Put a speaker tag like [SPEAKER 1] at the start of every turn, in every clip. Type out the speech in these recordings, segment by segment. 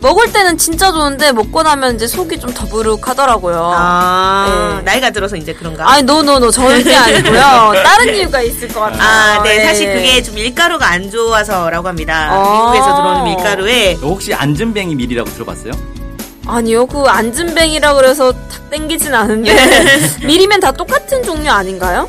[SPEAKER 1] 먹을 때는 진짜 좋은데 먹고 나면 이제 속이 좀 더부룩하더라고요.
[SPEAKER 2] 아
[SPEAKER 1] 어. 네.
[SPEAKER 2] 나이가 들어서 이제 그런가?
[SPEAKER 1] 아니, 노노노 절대 아니고요. 다른 이유가 있을 것 같아요.
[SPEAKER 2] 아, 네.
[SPEAKER 1] 예.
[SPEAKER 2] 사실 그게 좀 밀가루가 안 좋아서라고 합니다.
[SPEAKER 1] 아.
[SPEAKER 2] 미국에서 들어오는 밀가루에
[SPEAKER 3] 혹시 안전뱅이 밀이라고 들어봤어요?
[SPEAKER 1] 아니요, 그 안진뱅이라 그래서 탁 땡기진
[SPEAKER 2] 네.
[SPEAKER 1] 않은데 미리면 다 똑같은 종류 아닌가요?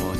[SPEAKER 3] 뭐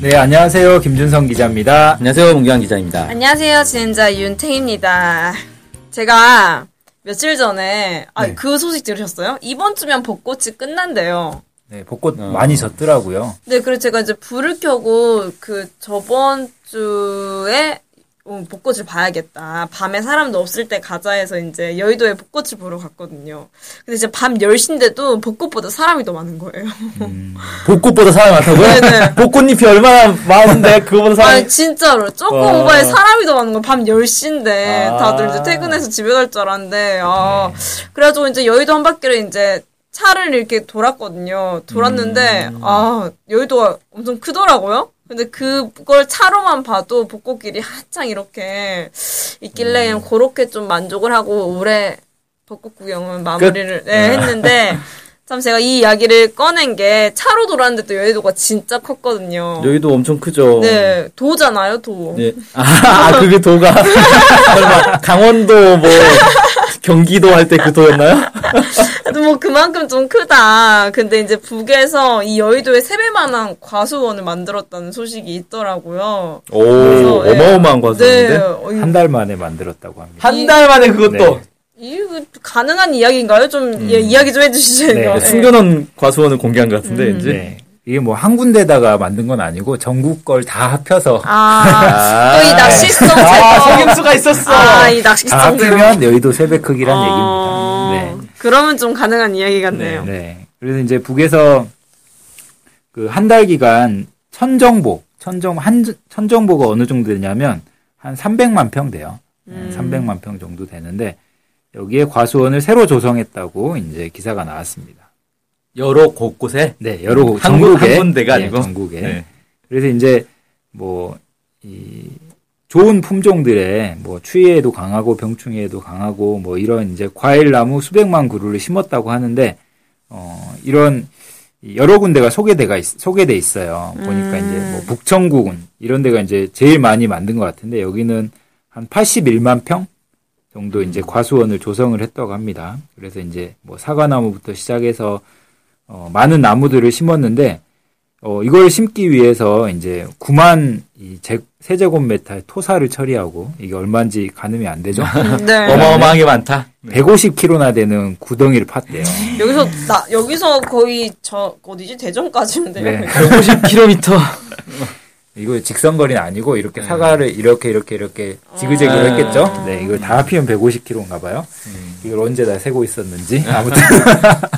[SPEAKER 4] 네, 안녕하세요. 김준성 기자입니다.
[SPEAKER 3] 안녕하세요, 문경환 기자입니다.
[SPEAKER 1] 안녕하세요, 진행자 윤탱입니다. 제가 며칠 전에 아,
[SPEAKER 4] 네.
[SPEAKER 1] 그 소식 들으셨어요? 이번 주면 벚꽃이 끝난대요.
[SPEAKER 4] 네, 벚꽃 많이 졌더라고요.
[SPEAKER 1] 네, 그래서 제가 이제 불을 켜고 그 저번 주에 어, 벚꽃을 봐야겠다. 밤에 사람도 없을 때 가자 해서 이제 여의도에 벚꽃을 보러 갔거든요. 근데 이제 밤 10시인데도 벚꽃보다 사람이 더 많은 거예요. 네,
[SPEAKER 4] 벚꽃보다 사람이 많다고요? 벚꽃잎이 얼마나 많은데 그거보다 사람이
[SPEAKER 1] 아니 진짜로 조금
[SPEAKER 4] 와.
[SPEAKER 1] 오바에 사람이 더 많은 건밤 10시인데
[SPEAKER 4] 아. 네.
[SPEAKER 1] 다들 이제 퇴근해서 집에 갈 줄 알았는데 아 그래가지고 이제 여의도 한 바퀴를 이제 차를 이렇게 돌았거든요 돌았는데
[SPEAKER 4] 음.
[SPEAKER 1] 아 여의도가 엄청 크더라고요 근데 그걸 차로만 봐도 벚꽃길이 한창 이렇게 있길래
[SPEAKER 4] 음.
[SPEAKER 1] 그냥 그렇게 좀 만족을 하고 올해 벚꽃 구경은 마무리를 네, 했는데 참 제가 이 이야기를 꺼낸 게 차로 돌았는데도 여의도가 진짜 컸거든요.
[SPEAKER 4] 여의도 엄청 크죠.
[SPEAKER 1] 네, 도잖아요, 도.
[SPEAKER 4] 네. 아, 그게 도가 설마 강원도 뭐 경기도 할 때 그 도였나요?
[SPEAKER 1] 그래도 뭐 그만큼 좀 크다. 근데 이제 북에서 이 여의도에 세배만한 과수원을 만들었다는 소식이 있더라고요.
[SPEAKER 4] 오,
[SPEAKER 1] 그래서, 예.
[SPEAKER 4] 어마어마한
[SPEAKER 1] 네,
[SPEAKER 4] 과수인데
[SPEAKER 1] 어, 이-
[SPEAKER 5] 한 달 만에 만들었다고 합니다.
[SPEAKER 1] 이-
[SPEAKER 3] 한 달 만에 그것도
[SPEAKER 5] 네.
[SPEAKER 1] 이거 가능한 이야기인가요? 좀 예, 이야기 좀 해주시죠.
[SPEAKER 5] 네,
[SPEAKER 1] 이거. 예.
[SPEAKER 4] 숨겨놓은 과수원을 공개한 것 같은데 왠지.
[SPEAKER 5] 네. 이게 뭐 한 군데다가 만든 건 아니고 전국 걸 다 합혀서
[SPEAKER 1] 아, 또 이 낚시성
[SPEAKER 3] 아,
[SPEAKER 1] 제법.
[SPEAKER 3] 속임수가 있었어.
[SPEAKER 1] 아, 이
[SPEAKER 5] 다
[SPEAKER 1] 낚시성 제법.
[SPEAKER 5] 합치면 여의도 세배 크기란
[SPEAKER 1] 어,
[SPEAKER 5] 얘기입니다.
[SPEAKER 1] 그러면 좀 가능한 이야기 같네요.
[SPEAKER 5] 네. 네. 그래서 이제 북에서 그 한 달 기간 천정보, 천정 한 천정보가 어느 정도 되냐면 한 300만 평 돼요.
[SPEAKER 1] 음.
[SPEAKER 5] 한 300만 평 정도 되는데 여기에 과수원을 새로 조성했다고 이제 기사가 나왔습니다.
[SPEAKER 3] 여러 곳곳에
[SPEAKER 5] 네, 여러 곳
[SPEAKER 3] 한 곳-
[SPEAKER 5] 전국에
[SPEAKER 3] 한 군데가
[SPEAKER 5] 예,
[SPEAKER 3] 아니고?
[SPEAKER 5] 전국에
[SPEAKER 3] 네.
[SPEAKER 5] 그래서 이제 뭐 이 좋은 품종들의 뭐 추위에도 강하고 병충해에도 강하고 뭐 이런 이제 과일 나무 수백만 그루를 심었다고 하는데 어 이런 이 여러 군데가 소개돼가 있, 소개돼 있어요.
[SPEAKER 2] 음.
[SPEAKER 5] 보니까 이제 뭐 북청구군 이런 데가 이제 제일 많이 만든 것 같은데 여기는 한 81만 평 정도 이제 과수원을 조성을 했다고 합니다. 그래서 이제 뭐 사과나무부터 시작해서 어, 많은 나무들을 심었는데 어, 이걸 심기 위해서 이제 9만 이 제- 세제곱미터의 토사를 처리하고 이게 얼마인지 가늠이 안 되죠.
[SPEAKER 1] 네.
[SPEAKER 3] 어마어마하게 많다.
[SPEAKER 5] 150kg나 되는 구덩이를 팠대요.
[SPEAKER 1] 여기서 나 여기서 거의 저 어디지 대전까지인데요.
[SPEAKER 5] 네.
[SPEAKER 3] 150km.
[SPEAKER 5] 이거 직선거리는 아니고
[SPEAKER 3] 음.
[SPEAKER 5] 이렇게 사과를 이렇게 이렇게 이렇게 지그재그로
[SPEAKER 3] 아.
[SPEAKER 5] 했겠죠. 음. 네, 이걸 다 합히면 150kg인가 봐요. 이걸 언제 다 세고 있었는지 아무튼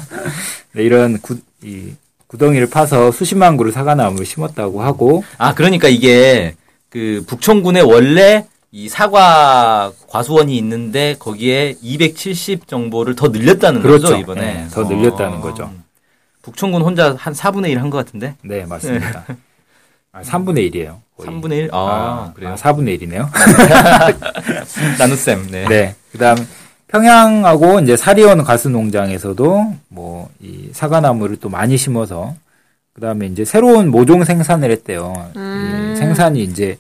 [SPEAKER 5] 네, 이런 구, 이 구덩이를 파서 수십만 그루 사과나무를 심었다고 하고
[SPEAKER 3] 아, 그러니까 이게 그 북촌군에 원래 이 사과 과수원이 있는데 거기에 270 정보를 더 늘렸다는
[SPEAKER 5] 그렇죠.
[SPEAKER 3] 거죠, 이번에.
[SPEAKER 5] 네, 더
[SPEAKER 3] 어.
[SPEAKER 5] 늘렸다는 거죠.
[SPEAKER 3] 북촌군 혼자 한 4분의 1 한 것 같은데?
[SPEAKER 5] 네 맞습니다. 아, 3분의 1이에요.
[SPEAKER 3] 3분의 1? 아, 그래요.
[SPEAKER 5] 4분의 1이네요.
[SPEAKER 3] 나눗셈, 네.
[SPEAKER 5] 네. 그다음 평양하고 이제 사리원 가수 농장에서도 뭐 이 사과나무를 또 많이 심어서 그다음에 이제 새로운 모종 생산을 했대요. 이 생산이 이제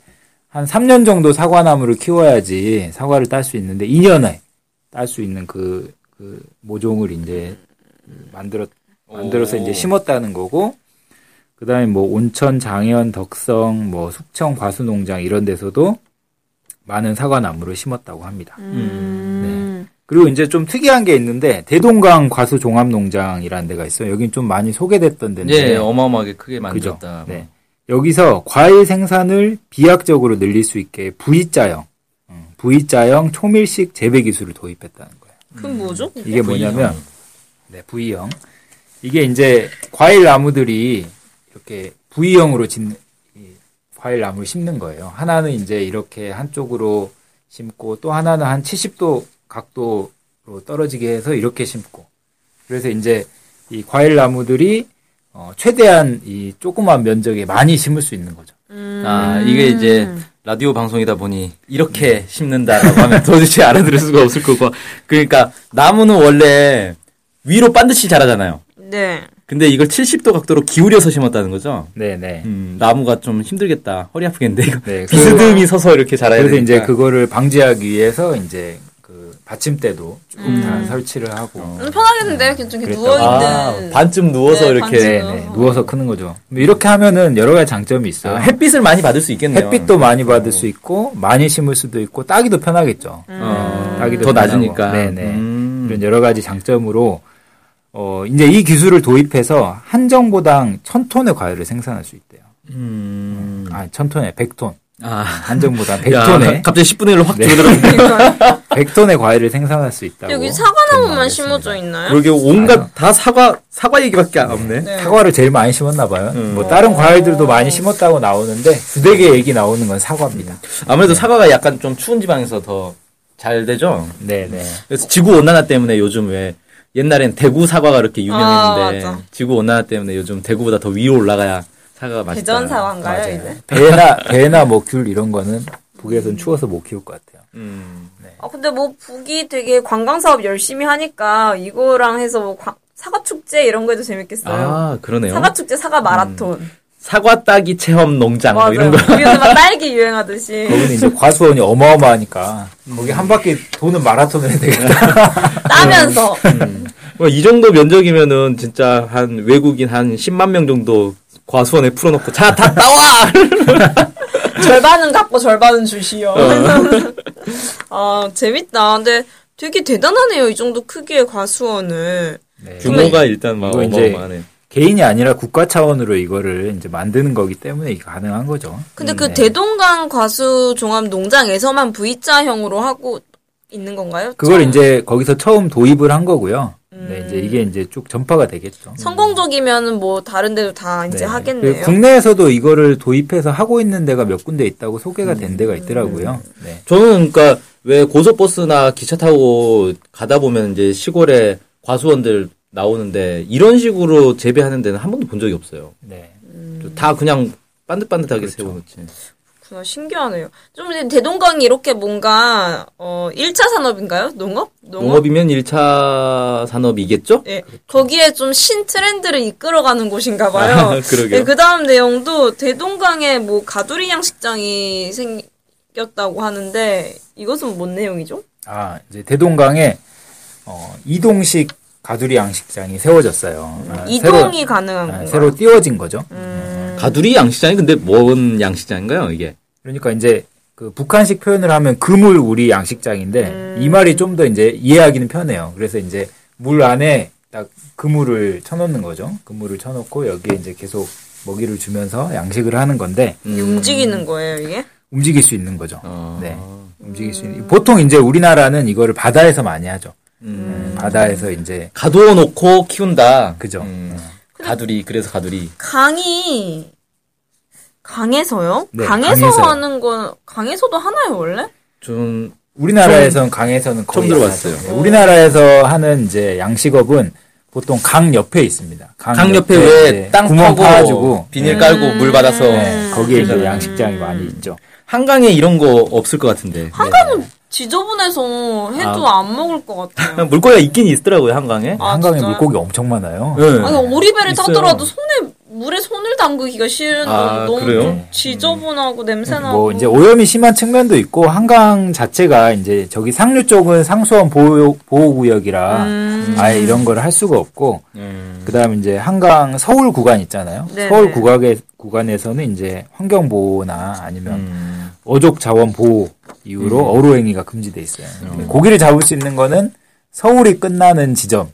[SPEAKER 5] 한 3년 정도 사과나무를 키워야지 사과를 딸 수 있는데 2년에 딸 수 있는 그, 그 모종을 이제 만들었 만들어서
[SPEAKER 3] 오.
[SPEAKER 5] 이제 심었다는 거고 그다음에 뭐 온천, 장현, 덕성, 뭐 숙청 과수 농장 이런 데서도 많은 사과나무를 심었다고 합니다.
[SPEAKER 3] 음.
[SPEAKER 5] 네. 그리고 이제 좀 특이한 게 있는데 대동강 과수 종합 농장이라는 데가 있어요. 여긴 좀 많이 소개됐던 데인데.
[SPEAKER 3] 예, 어마어마하게 크게
[SPEAKER 5] 그죠?
[SPEAKER 3] 만들었다.
[SPEAKER 5] 네. 여기서 과일 생산을 비약적으로 늘릴 수 있게 V자형, 음, V자형 초밀식 재배 기술을 도입했다는 거예요.
[SPEAKER 1] 그럼 뭐죠?
[SPEAKER 5] 이게 뭐냐면 네, V형. 이게 이제 과일 나무들이 이렇게 V형으로 짓는 이 과일 나무를 심는 거예요. 하나는 이제 이렇게 한쪽으로 심고 또 하나는 한 70도 각도로 떨어지게 해서 이렇게 심고. 그래서 이제 이 과일 나무들이 어, 최대한 이 조그만 면적에 많이 심을 수 있는 거죠.
[SPEAKER 3] 아,
[SPEAKER 5] 음.
[SPEAKER 3] 이게 이제 라디오 방송이다 보니 이렇게 심는다라고 하면 도저히 알아들을 수가 없을 거고. 그러니까 나무는 원래 위로 반드시 자라잖아요.
[SPEAKER 1] 네.
[SPEAKER 3] 근데 이걸 70도 각도로 기울여서 심었다는 거죠.
[SPEAKER 5] 네, 네.
[SPEAKER 3] 음, 나무가 좀 힘들겠다. 허리 아프겠는데 이거.
[SPEAKER 5] 네, 그-
[SPEAKER 3] 비스듬히 서서 이렇게 자라야
[SPEAKER 5] 그래서
[SPEAKER 3] 되니까.
[SPEAKER 5] 이제 그거를 방지하기 위해서 이제 그 받침대도 조금 다 설치를 하고
[SPEAKER 3] 어.
[SPEAKER 1] 음, 편하겠는데요? 그냥 좀 이렇게
[SPEAKER 5] 그랬다고.
[SPEAKER 3] 아,
[SPEAKER 1] 누워있는.
[SPEAKER 3] 반쯤 누워서
[SPEAKER 1] 네,
[SPEAKER 3] 이렇게
[SPEAKER 1] 반쯤.
[SPEAKER 5] 네, 네. 누워서 크는 거죠. 이렇게 하면은 여러 가지 장점이 있어요.
[SPEAKER 3] 아, 햇빛을 많이 받을 수 있겠네요. 어.
[SPEAKER 5] 햇빛도 많이 받을 수 있고 많이 심을 수도 있고 따기도 편하겠죠.
[SPEAKER 1] 음.
[SPEAKER 3] 어,
[SPEAKER 5] 따기도
[SPEAKER 3] 더
[SPEAKER 5] 편하고.
[SPEAKER 3] 낮으니까.
[SPEAKER 5] 네네.
[SPEAKER 3] 음.
[SPEAKER 5] 이런 여러 가지 장점으로 어 이제 이 기술을 도입해서 한정보당 천 톤의 과일을 생산할 수 있대요.
[SPEAKER 3] 음.
[SPEAKER 5] 아천 톤에 백 톤.
[SPEAKER 3] 아,
[SPEAKER 5] 한정보당 백
[SPEAKER 3] 야,
[SPEAKER 5] 톤에
[SPEAKER 3] 갑자기 10분의 1로 확
[SPEAKER 5] 네.
[SPEAKER 3] 줄어들었네.
[SPEAKER 5] 백 톤의 과일을 생산할 수 있다고.
[SPEAKER 1] 여기 사과나무만
[SPEAKER 5] 전망했습니다.
[SPEAKER 1] 심어져 있나요?
[SPEAKER 3] 그러게 온갖 다 사과 사과 얘기밖에 안 없네.
[SPEAKER 5] 사과를 제일 많이 심었나 봐요.
[SPEAKER 3] 음.
[SPEAKER 5] 뭐 다른 과일들도 많이 심었다고 나오는데 두대 개 얘기 나오는 건 사과입니다.
[SPEAKER 1] 네.
[SPEAKER 3] 아무래도 사과가 약간 좀 추운 지방에서 더 잘 되죠.
[SPEAKER 5] 네네.
[SPEAKER 3] 그래서 지구 온난화 때문에 요즘 왜 옛날엔 대구 사과가 이렇게 유명했는데
[SPEAKER 1] 아, 맞아.
[SPEAKER 3] 지구 온난화 때문에 요즘 대구보다 더 위로 올라가야 사과가 맛있다.
[SPEAKER 1] 대전 사과인가요, 이제?
[SPEAKER 5] 배나 배나 뭐 귤 이런 거는 북에선 추워서 못 키울 것 같아요.
[SPEAKER 3] 음.
[SPEAKER 1] 아, 근데 뭐, 북이 되게 관광사업 열심히 하니까, 이거랑 해서 뭐, 관- 사과축제 이런 거 해도 재밌겠어요.
[SPEAKER 3] 아 그러네요. 사과...
[SPEAKER 1] 사과축제, 사과 마라톤.
[SPEAKER 3] 따기 체험 농장 뭐
[SPEAKER 1] 맞아요.
[SPEAKER 3] 이런 거.
[SPEAKER 1] 우리는 막 딸기 유행하듯이.
[SPEAKER 5] 거기는 이제 과수원이 어마어마하니까 거기 한 바퀴 도는 마라톤을 해야 되겠다.
[SPEAKER 1] 따면서.
[SPEAKER 3] 뭐이 정도 면적이면은 진짜 한 외국인 한 10만 명 정도 과수원에 풀어놓고 자 다 따와.
[SPEAKER 1] 절반은 갖고 절반은 주시오. 아, 재밌다. 근데 되게 대단하네요. 이 정도 크기의 과수원을.
[SPEAKER 5] 네.
[SPEAKER 3] 규모가 일단 막
[SPEAKER 5] 이거 이제
[SPEAKER 3] 어마어마하네.
[SPEAKER 5] 개인이 아니라 국가 차원으로 이거를 이제 만드는 거기 때문에 이게 가능한 거죠.
[SPEAKER 1] 근데 그
[SPEAKER 5] 네.
[SPEAKER 1] 대동강 과수 종합 농장에서만 V자형으로 하고 있는 건가요?
[SPEAKER 5] 그걸 이제 거기서 처음 도입을 한 거고요. 네, 이제 이게 이제 쭉 전파가 되겠죠.
[SPEAKER 1] 성공적이면은 뭐 다른 데도 다 이제
[SPEAKER 5] 네.
[SPEAKER 1] 하겠네요.
[SPEAKER 5] 그리고 국내에서도 이거를 도입해서 하고 있는 데가 몇 군데 있다고 소개가 된 데가 있더라고요. 네.
[SPEAKER 3] 저는 그러니까 왜 고속버스나 기차 타고 가다 보면 이제 시골에 과수원들 나오는데 이런 식으로 재배하는 데는 한 번도 본 적이 없어요.
[SPEAKER 5] 네.
[SPEAKER 1] 음.
[SPEAKER 3] 다 그냥 반듯반듯하게
[SPEAKER 5] 그렇죠.
[SPEAKER 3] 세워놓지.
[SPEAKER 1] 그렇구나. 신기하네요. 좀 이제 대동강이 이렇게 뭔가 어 1차 산업인가요? 농업? 농업?
[SPEAKER 3] 농업이면 1차 산업이겠죠?
[SPEAKER 1] 예. 거기에 좀 신 트렌드를 이끌어가는 곳인가
[SPEAKER 5] 아,
[SPEAKER 1] 봐요.
[SPEAKER 3] 그러게요.
[SPEAKER 1] 그 다음 내용도 대동강에 뭐 가두리 양식장이 생겼다고 하는데 이것은 뭔 내용이죠?
[SPEAKER 5] 아, 이제 대동강에 어, 이동식 가두리 양식장이 세워졌어요. 아,
[SPEAKER 1] 이동이 가능한
[SPEAKER 5] 새로, 아,
[SPEAKER 1] 건가요? 음.
[SPEAKER 5] 새로 띄워진 거죠.
[SPEAKER 1] 네.
[SPEAKER 3] 가두리 양식장이 근데 뭔 양식장인가요, 이게?
[SPEAKER 5] 그러니까 이제 그 북한식 표현을 하면 그물 우리 양식장인데
[SPEAKER 1] 음.
[SPEAKER 5] 이 말이 좀 더 이제 이해하기는 편해요. 그래서 이제 물 안에 딱 그물을 쳐놓는 거죠. 그물을 쳐놓고 여기에 이제 계속 먹이를 주면서 양식을 하는 건데
[SPEAKER 3] 음.
[SPEAKER 1] 이게 움직이는 거예요 이게?
[SPEAKER 5] 움직일 수 있는 거죠.
[SPEAKER 3] 어.
[SPEAKER 5] 네. 움직일 수 있는. 보통 이제 우리나라는 이거를 바다에서 많이 하죠. 네, 바다에서 이제
[SPEAKER 3] 가둬놓고 키운다.
[SPEAKER 5] 그죠.
[SPEAKER 3] 음. 가두리, 그래서 가두리.
[SPEAKER 1] 강이 강에서요?
[SPEAKER 5] 네,
[SPEAKER 1] 강에서
[SPEAKER 5] 강에서요.
[SPEAKER 1] 하는 건 강에서도 하나요 원래?
[SPEAKER 3] 좀,
[SPEAKER 5] 우리나라에서는 강에서는 거의
[SPEAKER 3] 처음
[SPEAKER 5] 안
[SPEAKER 3] 들어봤어요.
[SPEAKER 5] 하죠. 네, 우리나라에서 하는 이제 양식업은 보통 강 옆에 있습니다.
[SPEAKER 3] 강 옆에
[SPEAKER 5] 이제
[SPEAKER 3] 왜 땅
[SPEAKER 5] 구멍 파가지고
[SPEAKER 3] 파고, 비닐
[SPEAKER 1] 음.
[SPEAKER 3] 음. 깔고 물 받아서.
[SPEAKER 5] 네, 거기에 이제 양식장이 많이 있죠.
[SPEAKER 3] 한강에 이런 거 없을 것 같은데.
[SPEAKER 1] 한강은 지저분해서 해도 안 먹을 것 같아요.
[SPEAKER 3] 그냥 물고기가 있긴 있더라고요, 한강에.
[SPEAKER 1] 아,
[SPEAKER 5] 뭐 한강에
[SPEAKER 1] 진짜요?
[SPEAKER 5] 물고기 엄청 많아요.
[SPEAKER 3] 네.
[SPEAKER 1] 아니 오리배를
[SPEAKER 3] 있어요.
[SPEAKER 1] 타더라도 손에 물에 손을 담그기가 싫은
[SPEAKER 3] 아,
[SPEAKER 1] 너무
[SPEAKER 3] 그래요?
[SPEAKER 1] 지저분하고 냄새나고
[SPEAKER 5] 뭐 이제 오염이 심한 측면도 있고 한강 자체가 이제 저기 상류 쪽은 상수원 보호 보호 구역이라
[SPEAKER 1] 음.
[SPEAKER 5] 아예 이런 걸 할 수가 없고
[SPEAKER 3] 예.
[SPEAKER 5] 그다음에 이제 한강 서울 구간 있잖아요.
[SPEAKER 1] 네네.
[SPEAKER 5] 서울 구간에 구간에서는 이제 환경 보호나 아니면
[SPEAKER 3] 음.
[SPEAKER 5] 어족 자원 보호 이후로 어로행위가 금지돼 있어요. 근데 고기를 잡을 수 있는 거는 서울이 끝나는 지점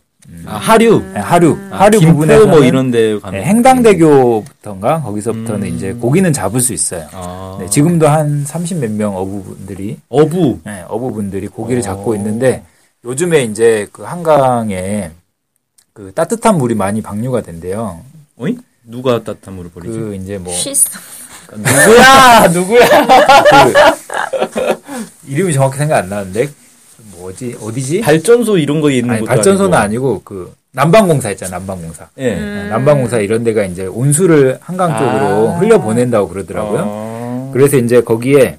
[SPEAKER 3] 아, 하류.
[SPEAKER 5] 네, 하류
[SPEAKER 3] 아,
[SPEAKER 5] 하류
[SPEAKER 3] 김포
[SPEAKER 5] 부분에서
[SPEAKER 3] 뭐 이런 데 가면.
[SPEAKER 5] 네, 행당대교부터인가 거기서부터는 이제 고기는 잡을 수 있어요.
[SPEAKER 3] 아.
[SPEAKER 5] 네, 지금도 한 30 몇 명 어부분들이
[SPEAKER 3] 어부.
[SPEAKER 5] 네, 어부분들이 고기를 잡고 있는데 요즘에 이제 그 한강에 그 따뜻한 물이 많이 방류가 된대요.
[SPEAKER 3] 어이? 누가 따뜻한 물을 버리지?
[SPEAKER 5] 그 이제 뭐 그러니까
[SPEAKER 1] 실수.
[SPEAKER 5] 누구야 누구야 그 이름이 정확히 생각 안 나는데 뭐지 어디지?
[SPEAKER 3] 발전소 이런 거 있는
[SPEAKER 5] 아니,
[SPEAKER 3] 것도
[SPEAKER 5] 발전소는
[SPEAKER 3] 아니고.
[SPEAKER 5] 아니고 그 난방공사 있잖아 난방공사.
[SPEAKER 3] 예.
[SPEAKER 5] 네, 난방공사 이런 데가 이제 온수를 한강 쪽으로 흘려 보낸다고 그러더라고요.
[SPEAKER 3] 아.
[SPEAKER 5] 그래서 이제 거기에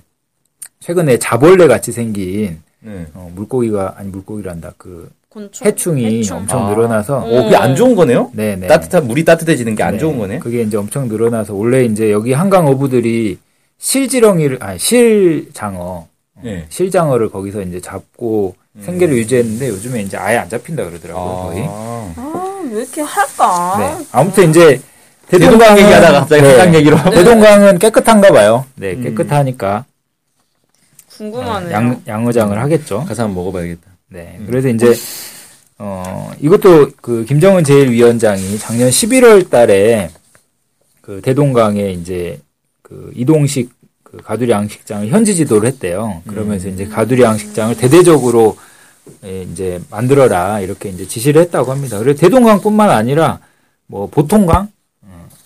[SPEAKER 5] 최근에 자벌레 같이 생긴
[SPEAKER 3] 네.
[SPEAKER 5] 어, 물고기가 아니 물고기란다 그
[SPEAKER 1] 곤충.
[SPEAKER 5] 해충이
[SPEAKER 1] 해충.
[SPEAKER 5] 엄청
[SPEAKER 3] 아.
[SPEAKER 5] 늘어나서
[SPEAKER 3] 어, 그게 안 좋은 거네요?
[SPEAKER 5] 네네
[SPEAKER 3] 따뜻한 물이 따뜻해지는 게 안 좋은 거네.
[SPEAKER 5] 그게 이제 엄청 늘어나서 원래 이제 여기 한강 어부들이 실지렁이를 아니 실장어
[SPEAKER 3] 예.
[SPEAKER 5] 실장어를 거기서 이제 잡고 생계를 유지했는데 요즘에 이제 아예 안 잡힌다 그러더라고요 거의
[SPEAKER 3] 음. 아.
[SPEAKER 1] 아, 왜 이렇게 할까?
[SPEAKER 5] 네 아무튼 이제
[SPEAKER 3] 대동강
[SPEAKER 5] 대동강은-
[SPEAKER 3] 얘기하다가 갑자기
[SPEAKER 5] 네.
[SPEAKER 3] 한강 얘기로.
[SPEAKER 5] 대동강은 깨끗한가 봐요 네 깨끗하니까
[SPEAKER 1] 궁금하네요.
[SPEAKER 5] 아, 양, 양어장을 하겠죠
[SPEAKER 3] 가서 한번 먹어봐야겠다.
[SPEAKER 5] 네. 그래서 이제 어 이것도 그 김정은 제1위원장이 작년 11월 달에 그 대동강에 이제 그 이동식 그 가두리 양식장을 현지 지도를 했대요. 그러면서 이제 가두리 양식장을 대대적으로 예, 이제 만들어라 이렇게 이제 지시를 했다고 합니다. 그래서 대동강뿐만 아니라 뭐 보통강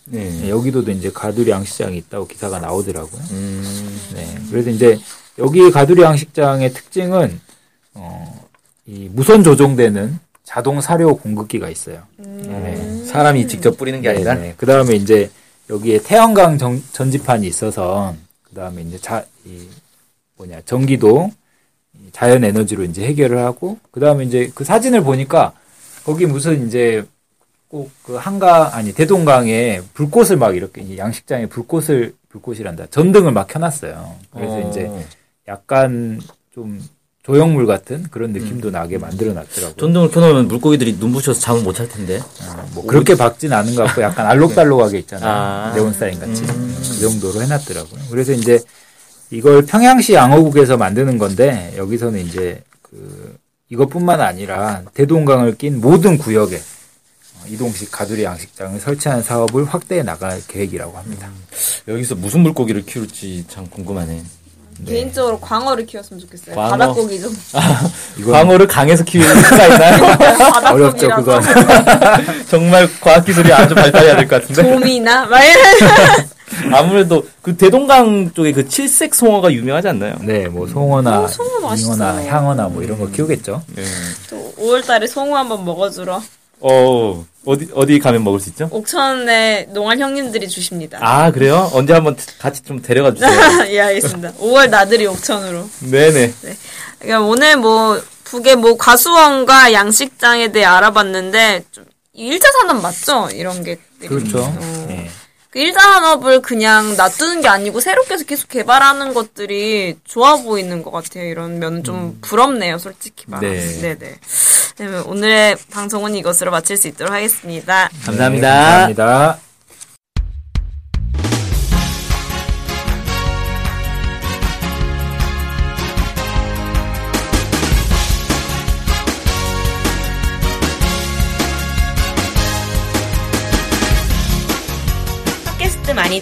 [SPEAKER 3] 네.
[SPEAKER 5] 예, 여기도도 이제 가두리 양식장이 있다고 기사가 나오더라고요.
[SPEAKER 3] 음.
[SPEAKER 5] 네. 그래서 이제 여기 가두리 양식장의 특징은 어, 이 무선 조종되는 자동 사료 공급기가 있어요.
[SPEAKER 3] 네. 사람이 직접 뿌리는 게 아니라.
[SPEAKER 5] 그 다음에 이제 여기에 태양광 전, 전지판이 있어서 그 다음에 이제 자, 이 뭐냐 전기도 이 자연 에너지로 이제 해결을 하고 그 다음에 이제 그 사진을 보니까 거기 무슨 이제 꼭 그 한강 아니 대동강에 불꽃을 막 이렇게 이 양식장에 불꽃을 불꽃이란다 전등을 막 켜놨어요. 그래서
[SPEAKER 3] 어.
[SPEAKER 5] 이제 약간 좀 조형물 같은 그런 느낌도 나게 만들어 놨더라고요.
[SPEAKER 3] 전등을 켜놓으면 물고기들이 눈부셔서 잠을 못 잘 텐데.
[SPEAKER 5] 뭐 그렇게 박진 않은 것 같고 약간 알록달록하게 있잖아요.
[SPEAKER 3] 아. 음.
[SPEAKER 5] 네온사인 같이. 그 정도로 해놨더라고요. 그래서 이제 이걸 평양시 양어국에서 만드는 건데 여기서는 이제 그 이것뿐만 아니라 대동강을 낀 모든 구역에 어, 이동식 가두리 양식장을 설치한 사업을 확대해 나갈 계획이라고 합니다.
[SPEAKER 3] 여기서 무슨 물고기를 키울지 참 궁금하네.
[SPEAKER 1] 개인적으로 광어를 키웠으면 좋겠어요.
[SPEAKER 3] 광어.
[SPEAKER 1] 바닷고기 좀.
[SPEAKER 5] 이건
[SPEAKER 3] 광어를 강에서 키울 수가 있나요?
[SPEAKER 1] 바닷고기랑
[SPEAKER 5] 어렵죠, 그건.
[SPEAKER 3] 정말 과학기술이 아주 발달해야 될 것 같은데.
[SPEAKER 1] 도미나 막 이런.
[SPEAKER 3] 아무래도 그 대동강 쪽에 그 칠색 송어가 유명하지 않나요?
[SPEAKER 5] 네, 뭐 송어나
[SPEAKER 1] 송어 맛있어.
[SPEAKER 5] 잉어나 향어나 뭐 이런 거 키우겠죠.
[SPEAKER 3] 예.
[SPEAKER 1] 또 5월달에 송어 한번 먹어주러
[SPEAKER 3] 어, 어디, 어디 가면 먹을 수 있죠?
[SPEAKER 1] 옥천에 농활 형님들이 주십니다.
[SPEAKER 3] 아, 그래요? 언제 한번 같이 좀 데려가 주세요.
[SPEAKER 1] 예 알겠습니다. 5월 나들이 옥천으로.
[SPEAKER 3] 네네.
[SPEAKER 1] 그러니까 오늘 뭐 북의 뭐 과수원과 양식장에 대해 알아봤는데 좀 1차 산업 맞죠? 이런 게.
[SPEAKER 5] 그렇죠.
[SPEAKER 1] 어.
[SPEAKER 5] 네.
[SPEAKER 1] 그 1차 산업을 그냥 놔두는 게 아니고 새롭게 계속 개발하는 것들이 좋아 보이는 것 같아요. 이런 면은
[SPEAKER 5] 음.
[SPEAKER 1] 좀 부럽네요, 솔직히 말하면.
[SPEAKER 3] 네.
[SPEAKER 1] 네. 네네. 그러면 오늘의 방송은 이것으로 마칠 수 있도록 하겠습니다.
[SPEAKER 3] 감사합니다.
[SPEAKER 5] 네, 감사합니다.
[SPEAKER 2] 팟캐스트 많이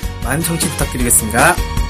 [SPEAKER 6] 많은 청취 부탁드리겠습니다.